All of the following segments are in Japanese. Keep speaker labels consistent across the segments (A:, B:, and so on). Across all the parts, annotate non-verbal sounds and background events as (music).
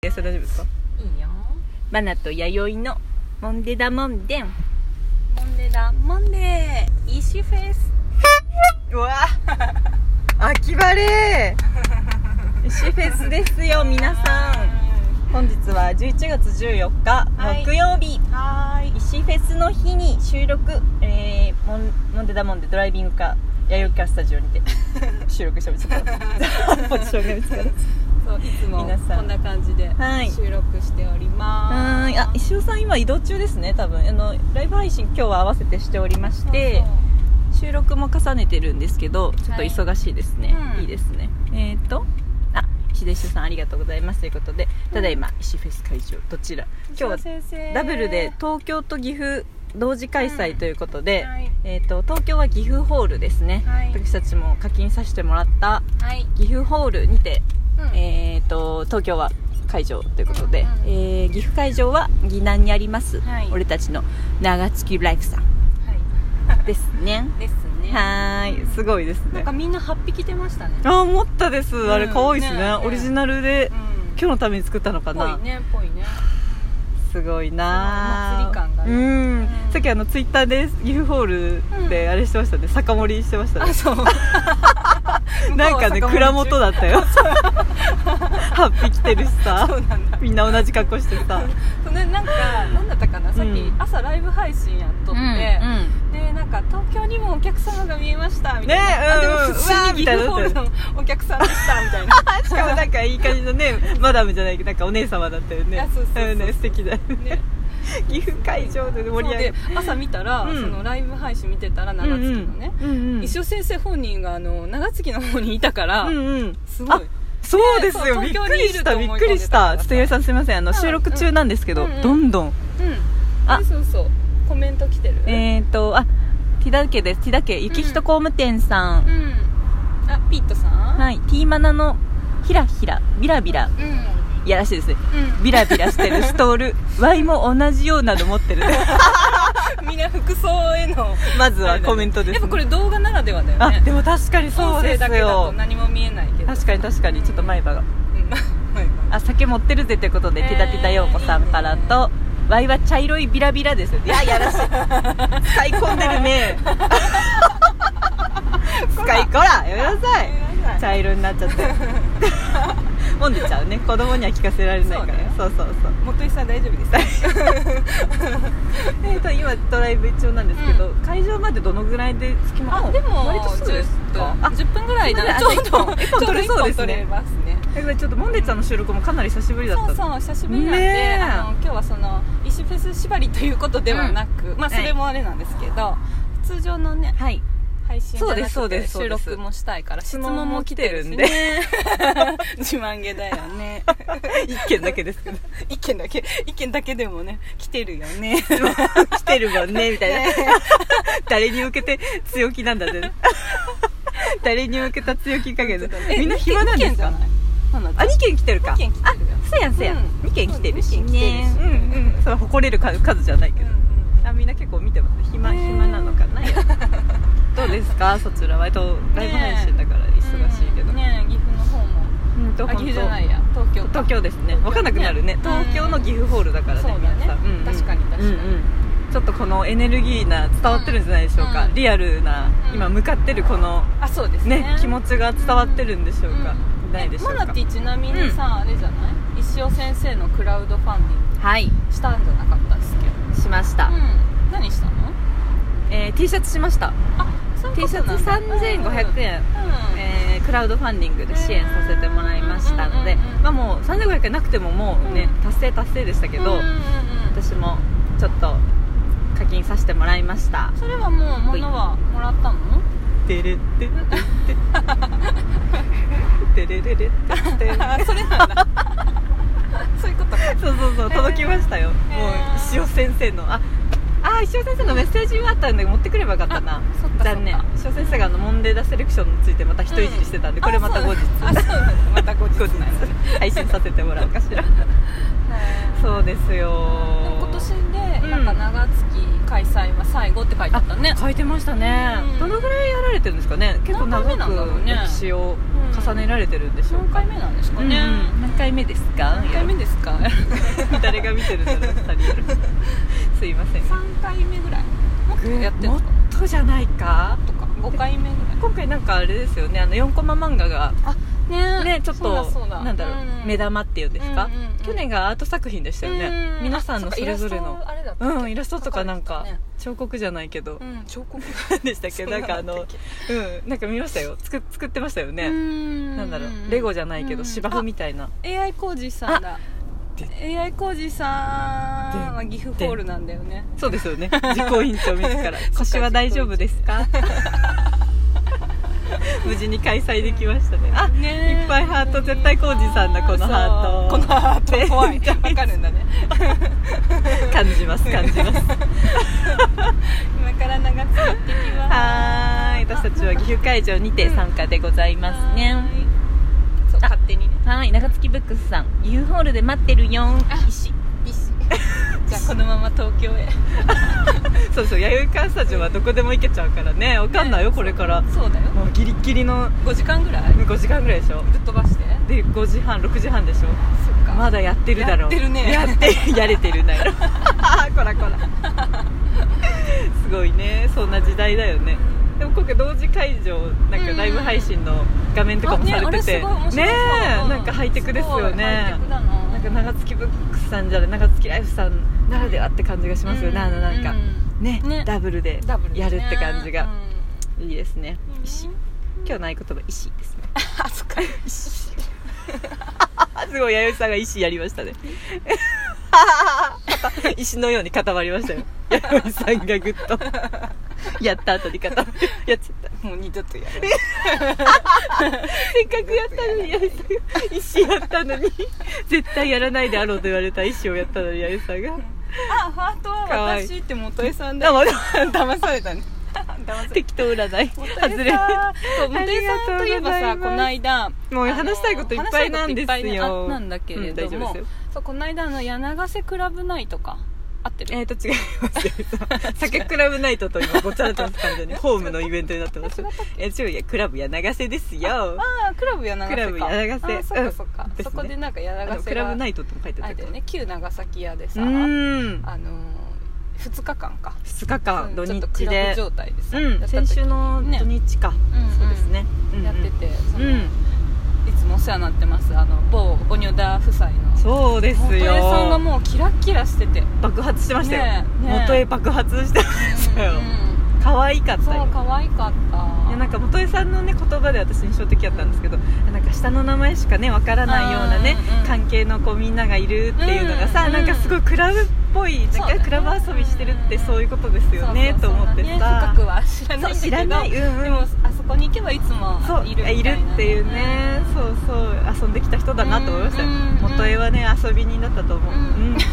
A: して大丈夫ですか
B: いいよ
A: バナと弥生のモンデダモンデン
B: モンデだモンデーイシュフェス
A: うわ (laughs) 秋晴れシフェスですよ皆さん本日は11月14日
B: はい
A: 木曜日、
B: はーい
A: 石フェスの日に収録、えー、モンモンデダモンデドライビングか弥生かスタジオに (laughs) て収録してみちゃった (laughs) ポジションが見つ (laughs) からず
B: そういつも
A: 皆さん
B: こんな感じで
A: はい
B: 収録しており
A: は
B: ま
A: ー
B: す
A: いあ石尾さん今移動中ですね多分あのライブ配信今日は合わせてしておりまし
B: そう
A: て収録も重ねてるんですけどちょっと忙しいですね、
B: は
A: い、
B: いうん
A: いですねえっ、ー、とあ石田石尾さんありがとうございますということでただいま、石フェス会場どちら
B: そ
A: 今
B: う
A: 日は
B: 先生
A: ダブルで東京と岐阜同時開催ということで、
B: はい
A: えー、と東京は岐阜ホールですね、
B: はい
A: 私たちも課金させてもらった
B: はい
A: 岐阜ホールにて、
B: うん
A: えー、と東京は会場ということで、
B: うんう
A: えー岐阜会場は岐南にあります、
B: はい
A: 俺たちの長月ライフさん
B: はい
A: ですね
B: ですね
A: はーいすごいです
B: な
A: ね
B: んかみんな8匹出ましたね
A: あ思ったですあれ
B: うん
A: 可愛いですね,、
B: ね
A: オリジナルで、
B: うん
A: 今日のために作ったのかな
B: ぽいねぽいね
A: すごいな
B: そのお祭り感がある
A: うん、
B: うん
A: さっきあのツイッターで岐阜ホールであれしてましたね、酒盛りしてましたね
B: そう
A: (laughs) なんかね蔵元だった
B: (laughs)
A: よ8匹来てるし
B: そ
A: さ
B: うなんだ
A: みんな同じ格好してさ
B: それなんかなんだったかなさっき
A: うん
B: 朝ライブ配信やっとって、でなんか東京にもお客様が見えましたみたいな、
A: ね
B: あ
A: うん
B: でも普通にギフホールのお客さんでしたみたいな
A: しかもなんかいい感じのねマダムじゃないけどなんかお姉様だったよ
B: い
A: ね
B: やそうそうそうそうん
A: ね素敵だよ (laughs) ね
B: ね
A: (laughs) 岐阜会場で盛り上げ
B: そうで朝見たら、
A: うん
B: そのライブ配信見てたら長月のね、
A: うんうんうんうん
B: 一生先生本人があの長月の方にいたから、
A: うんうん
B: すご
A: あ
B: い
A: そうですよ、
B: ね
A: び
B: そう
A: っくりしたび
B: 東京にい
A: っ
B: ると思い込んでた
A: くりしたちょっと八重さんすいませんあの
B: うん
A: 収録中なんですけど、
B: うんうん
A: どんどん
B: うん
A: あ
B: あそうそうコメント来てる
A: えっ、ー、とあティダ家ですティダ家雪人工務店さん、
B: うんあピットさんい
A: はいティーマナのひらひらビラビラ
B: うん
A: いやらしいですね
B: うん
A: ビラビラしてるストー
B: (laughs)
A: ルワイも同じようなの持ってる
B: みんな服装への
A: まずはコメントです、ね、
B: やっぱこれ動画ならではだよ
A: あ
B: ね
A: でも確かにそう
B: 音
A: で
B: 声
A: す
B: だけだと
A: よ
B: 何も見えないけど
A: 確かに確かにちょっと前歯が
B: うん (laughs) はい
A: あ酒持ってるぜということで、
B: えー
A: ティダティダ陽子さんからと「ワイは茶色いビラビラ」ですよいややらしい使い込んでるね使いこらやめなさい
B: ごめんなさい
A: 茶色になっちゃって飲んでちゃうね子供には聞かせられないからそ,、
B: そう
A: そうそう
B: 元井さん大丈夫ですか
A: えーと今ドライブ中なんですけど、会場までどのぐらいで着きます
B: あでも
A: 割とすぐですかあ
B: 10分ぐらいだね
A: あ
B: ちょうどちょうど
A: 一本取れそうですね
B: 一本取れますね
A: やばいちょっとモンデちゃんの収録もかなり久しぶりだった
B: そ
A: の
B: うそう久しぶりなんで、
A: ねえ
B: あの今日はその石フェス縛りということではなく、ま
A: は
B: あ
A: い
B: それもあれなんですけど、通常のね
A: はい
B: 配信じゃなくて
A: そうですそう
B: 収
A: です
B: 録もしたいから質
A: 質
B: 問
A: 問も
B: も
A: 来
B: 来
A: て
B: て
A: る
B: る
A: ん
B: ん
A: で
B: で (laughs) 自慢げだよ
A: (laughs)
B: ね
A: (laughs) 一件だけですけど
B: 一件だけ一件だけでもね来てるよね
A: 来てるもんねみたいな (laughs) 誰に向けて強気なんだ (laughs) ね誰に向けた強気加減 (laughs) だみんな暇なんですかあ
B: 2
A: 二件来てるか
B: 件来てるよ
A: そうやんそうやん、
B: うん
A: 二件来てるし
B: うん二件来てるし
A: うんうんそれは誇れる数数じゃないけど、あみんな結構見てます暇
B: ねえ
A: 暇なのかなやっぱどうですかそちらはとライブ配信だから忙しいけど、
B: ねえ岐阜の方も
A: うんと
B: あ岐
A: 本当
B: 阜じゃないや東京か
A: 東京ですね分かんなくなるね
B: 東京ね
A: 東京の岐阜ホールだからね
B: そうだね
A: 皆さんうんうん
B: 確かに確か
A: う
B: に
A: んうんちょっとこのエネルギーな伝わってるんじゃないでしょうか、
B: うん
A: リアルな
B: うん
A: 今向かってるこの
B: あそうです
A: ね
B: ね
A: 気持ちが伝わってるんでしょうか、
B: うん
A: ないでしょう
B: えマ
A: か
B: ナティちなみにさ、あれじゃない石尾先生のクラウドファンディン
A: はい
B: グしたんじゃなかったっすけど
A: しました、
B: うん何したの
A: えー T シャツしました
B: あそういう
A: T
B: こ
A: シャ
B: と
A: ツ
B: なんだ
A: 3500円、
B: うん
A: えークラウドファンディングで支援させてもらいましたので
B: うんうんうんうん、
A: まあ、もう3500円なくてももうね、
B: うん
A: 達成達成でしたけど、
B: うんうんうんうん
A: 私もちょっと課金させてもらいました
B: それはもう物はもらったの
A: てれってっててれれれってって
B: あそれなんだ (laughs) そういうことか
A: そうそうそう届きましたよ、
B: へー
A: もう石尾先生のああ石尾先生のメッセージがあったんで持ってくればよかったな
B: あそっかか
A: 残念小先生があのモンデーダセレクションについてまた一いじりしてたんで、これまた後日 (laughs)
B: あそうなんだまた後日
A: 後日
B: なんだ
A: 配信させてもらおうかしらそうですよ
B: でも今年でなんか長月開催は最後って書いてあったね
A: 書いてましたね、
B: うん
A: どのぐらいやられてるんですかね結構長
B: 何回目なんだろ
A: く
B: うね
A: 歴史を重ねられてるんでしょう
B: 何
A: か、
B: 回目なんですかね
A: うん何回目ですか
B: 何回目ですか (laughs)
A: 誰が見てるんだろう2人やるすいません
B: 3回目ぐらいもっとやってる
A: もっとじゃないか
B: とか5回目ぐらい
A: 今回なんかあれですよねあの4コマ漫画が
B: ね
A: ねちょっ
B: そうだ
A: と
B: そうだ
A: なんだろう、
B: んん
A: 目玉っていうんですか、
B: うんうんうん
A: 去年がアート作品でしたよね、
B: う
A: 皆さんの
B: あ
A: それぞれ
B: っ
A: の
B: かイラストあれだったっけ
A: うんイラストとかなんか
B: 書いて
A: 彫刻じゃないけど、
B: たねうん彫刻
A: (laughs) でしたっけなんかあのうんなんか見ましたよ作作ってましたよね、な
B: なん
A: だろうレゴじゃないけど芝生み
B: た
A: たいな
B: AI 工事さんだ
A: で
B: AI 工事さんは岐阜ホールなんだよね
A: そうですよね実行委員長自 (laughs) ら腰は大丈夫ですか (laughs) 無事に開催できましたね、あ
B: ね
A: いっぱいハート絶対工事さんだこのハート
B: そうこのハート怖い
A: 絶対
B: わかるんだね
A: 感じます感じます
B: 今から長月行ってき
A: (laughs)
B: ます
A: はーい私たちは岐阜会場にて参加でございますね、
B: はーいそう勝手にね
A: はい長月ブックスさん U ホールで待ってるよん石
B: ビシじゃあこのまま東京へ
A: そうそう弥生観察所はどこでも行けちゃうからねわかんないよこれから
B: そうだよ
A: もうギリギリの
B: 5時間ぐらいぶ
A: 5時間ぐらいでしょ
B: っ飛ばして
A: で5時半6時半でしょ
B: そっか
A: まだやってるだろう
B: やってるね
A: やってやれてるなよ (laughs) こらこらすごいねそんな時代だよねでも今回同時会場なんかライブ配信の画面とかもされてて
B: あねあれすごい面白そううん
A: なんかハイテクですよ
B: ごいハイ
A: ね
B: テクだな
A: なんか長月ブックスさんじゃない長月ライフさんならではって感じがしますよね、あのなんか、
B: う
A: ね
B: ね
A: ダブルで
B: ダブルでね
A: やるって感じが、いいですね
B: うん
A: 石今日ない言葉石ですね
B: あそっか石
A: あ (laughs) すごい弥生さんが石やりました (laughs) ね石のように固まりましたよ弥生さんがグッとやった後に固まるやっちゃった
B: もう二度とやる
A: せっかくやったのに弥生さんが石やったのに絶対やらないであろうと言われた石をやったのに弥生さんが
B: あハートは
A: かわいい
B: 私って元江さんだ
A: あまだ
B: 騙さ
A: (laughs)
B: れたね騙され
A: 適当占い
B: た
A: 外
B: 元
A: れ
B: 江さんそう元江さんといえば
A: ありがとうござい
B: さ
A: ます
B: この間
A: もう話したいこといっぱいなんです
B: あの話したいこといっぱいね
A: よ。
B: あなんだけれど
A: うん大丈夫
B: も
A: ですよ。
B: そうこの間あの柳瀬クラブナイトか合ってる
A: えーと違います。酒クラブナイトと今ごちゃごちゃって感じ (laughs) でホームのイベントになってます。えー、違ういやクラブ柳瀬ですよ。
B: ああクラブ柳瀬か
A: クラブ柳瀬
B: あそっかそっか、
A: うんですね
B: そこでなんか
A: あ
B: 柳
A: の
B: 瀬
A: クラブナ
B: イ
A: イトっても書いて
B: あ
A: あっ
B: れ
A: た
B: だよ
A: よね。
B: ね旧長崎屋で
A: う
B: さ
A: ーん。
B: あの2日間か
A: 二日間土
B: ちょっと
A: 日
B: クラブ
A: で。
B: 状態でさ、
A: うん。先週の土日か。そうですね。うんうん
B: やってて、そ
A: うん
B: のいつもお世話になってますあの某オニョダ夫妻の
A: そうです
B: 元江さんが
A: よ。
B: もうキラッキラしてて、
A: 爆発してましたよ
B: ね。えねえ
A: 元へ爆発してましたよ
B: う。ん
A: 可愛かった
B: そ
A: よ
B: う。可愛かった
A: いやなんか元江さんのね言葉で私印象的だったんですけどなんか下の名前しかねわからないようなね
B: うんうん
A: 関係のこうみんながいるっていうのがさ、
B: うんうん
A: なんかすごいクラブっぽい
B: そう
A: な
B: だ
A: ん
B: ね
A: かクラブ遊びしてるってそういうことですよね
B: そ
A: と
B: うそうそう
A: 思って
B: ね
A: さ
B: 深くは知らないん
A: そ
B: だけ
A: う
B: ど
A: 知らないうんうん
B: でもあそこに行けばいつも
A: そう
B: いるみた
A: い
B: いな
A: るっていうねそうそう遊んできた人だなと思いましたよ、
B: うんうんうん
A: 元江はね遊び人だったと思う、う
B: うんん (laughs)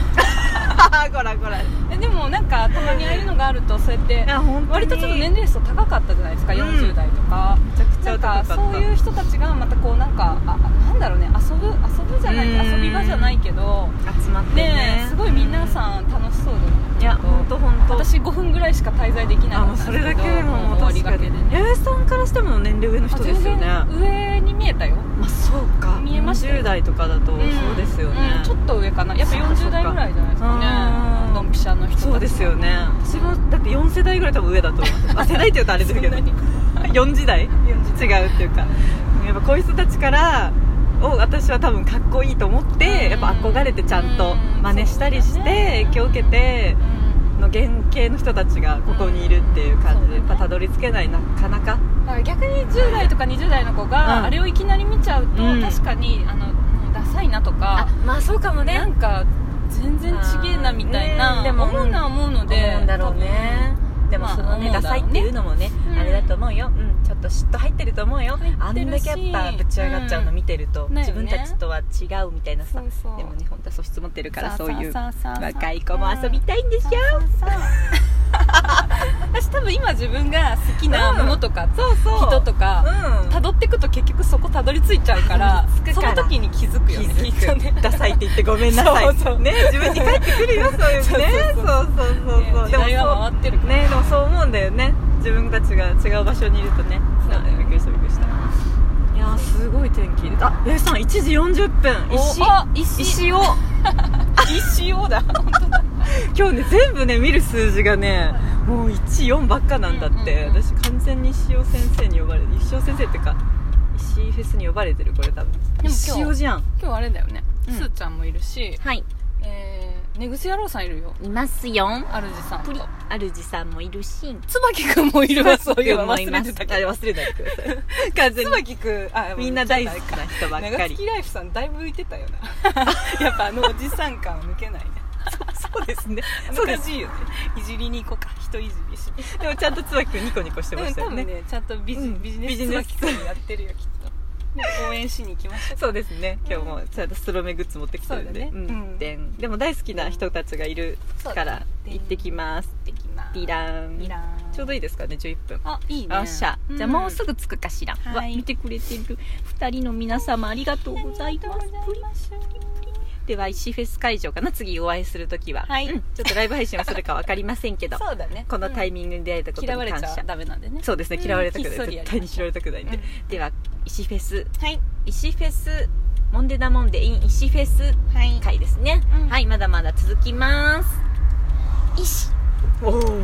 A: こらこら
B: えでもなんかたまにああいうのがあるとそうやって
A: あ本当に
B: 割とちょっと年齢層高かったじゃないですか、
A: うん
B: 40代とか
A: めちゃくちゃ
B: なん
A: 高か
B: か
A: った
B: そういう人たちがまたこうなんかああなんだろうね遊ぶ遊ぶじゃない
A: うん
B: 遊び場じゃないけど
A: 集まってね
B: ねえすごい皆さん楽しそうだない
A: や本当本当
B: 私5分ぐらいしか滞在できな
A: あ
B: か
A: も
B: っ
A: う
B: た
A: そ
B: んで
A: れ
B: すけ
A: だ
B: ど
A: けでももう
B: 終わり
A: 確
B: が
A: か
B: けで
A: に
B: ね
A: 弥生さんからしても年齢上の人ですよね
B: あ全然上に見えたよ
A: まあそうか
B: 見えましたよ
A: 40代とかだとそう
B: うん
A: ですよね
B: うん、ちょっと上かなやっぱ40代ぐらいじゃないですか
A: あー
B: ねドンピシャの人たち
A: そうですよね私もだって4世代ぐらい多分上だと思いますあ世代って言うとあれですけど
B: (laughs) そんなに
A: 4時代違うっていうかやっぱこういう人たちからを私は多分かっこいいと思って
B: うん
A: やっぱ憧れてちゃんと
B: うん
A: 真似したりし
B: そうだね
A: て影響を受けて
B: うん
A: の原型の人たちがここにいるっていう感じで
B: う
A: や
B: ん
A: っぱたどり着けないなかなか
B: だから逆に10代とか20代の子
A: うん
B: があれをいきなり見ちゃうと、
A: うん
B: 確かにあのもうダサいなとか、
A: まあそうかも
B: なんか全然ちげえなみたい
A: あー
B: な、
A: ねでも
B: 思うのは思うので
A: 思うんだろうねでもそのね、
B: まあ
A: ダサいっていうのもね、
B: うん
A: あれだと思うよ、うん、ちょっと嫉妬入ってると思うよあ
B: 入
A: ん
B: っ
A: だ
B: てる
A: け
B: し
A: やっぱぶち上がっちゃうの見てると、
B: うんね
A: 自分たちとは違うみたいなさ、
B: そうそう
A: でも日本当は素質持ってるから
B: さあ
A: そういう
B: さあさあさあ
A: 若い子も遊びたいんでしょ
B: さあさあさ (laughs) 私多分今自分が好きなものとか、
A: そうそう
B: 人とか
A: うん
B: 辿ってくと結局そこ辿り着いちゃうから
A: 辿り着く
B: そ
A: から
B: の時に気づくよね
A: 気
B: きっとね
A: づくダサいって言ってごめんなさい
B: そうそう
A: ね自分に返ってくるよ (laughs) そういうねそうそうそう
B: ね
A: そう
B: 時代は回ってる
A: そう
B: から
A: ねでもそう思うんだよね自分たちが違う場所にいるとね
B: そうだよ
A: びっくりしたびっくりしたいやーすごい天気あっ A さん1時40分
B: お
A: 石
B: あ
A: 石
B: 石
A: を
B: 一応だ
A: 今日ね全部ね見る数字がねもう14ばっかなんだって、
B: うんうんうん
A: 私完全に石尾先生に呼ばれて石尾先生っていうか石井フェスに呼ばれてるこれ多分
B: 今日
A: 石尾じゃん
B: 今日あれだよね、
A: うん
B: すーちゃんもいるし、
A: はい
B: えー、寝癖野郎さんいるよ
A: いますよ
B: あるじさんと
A: 主さんもいるし
B: 椿くんもいるわそういえば忘れてた
A: あ
B: け
A: れ
B: ど
A: 忘れないでくだ (laughs) さい完全に
B: 椿くんあ
A: みんな大好きな人ばっか
B: 長
A: り
B: 月ライフさんだいぶ浮いてたよ
A: (laughs)
B: なやっぱあのおじさん感は抜けないね
A: そうですね (laughs) そうで
B: 難
A: す
B: しいよねいじりに行こうか人いじりし
A: でもちゃんと椿君ニコニコしてま
B: うん
A: した
B: 多
A: よね,、
B: 分ねちゃんとビジ,、
A: うん
B: ビジネ
A: ビ
B: ス
A: ジネス
B: 椿くんやってるよきっと、ね、応援しに行きまし
A: (laughs)
B: た
A: そうですね今日もちゃんとストロメグッズ持ってきてるんで、
B: そうだね
A: ん
B: うん
A: でんでも大好きな人たちがいるから
B: うん
A: 行ってきます
B: できま
A: ディラン
B: いらん
A: ちょうどいいですかね11分
B: あいいね
A: よっしゃ、じゃあもうすぐ着くかしら、
B: はい
A: わ見てくれてる2人の皆様ありがとうございます
B: ありがとうございます
A: では石フェス会場かな次お会いするときは、
B: はい
A: うんちょっとライブ配信をするか分かりませんけど
B: (laughs) そうだね
A: このタイ
B: ミ
A: ミングに出会えたことに
B: 嫌われ
A: 感
B: ちゃ
A: 謝
B: ダメなんでね
A: そうですね
B: うん
A: 嫌われたくない、
B: ひっそりや
A: 絶
B: りま
A: 対
B: しょう
A: に嫌われたくないんで、
B: うん
A: では石フェス
B: はい
A: 石フェスモンデダモンデイン石フェス
B: はい
A: 会ですね、
B: うん
A: はいまだまだ続きます石おお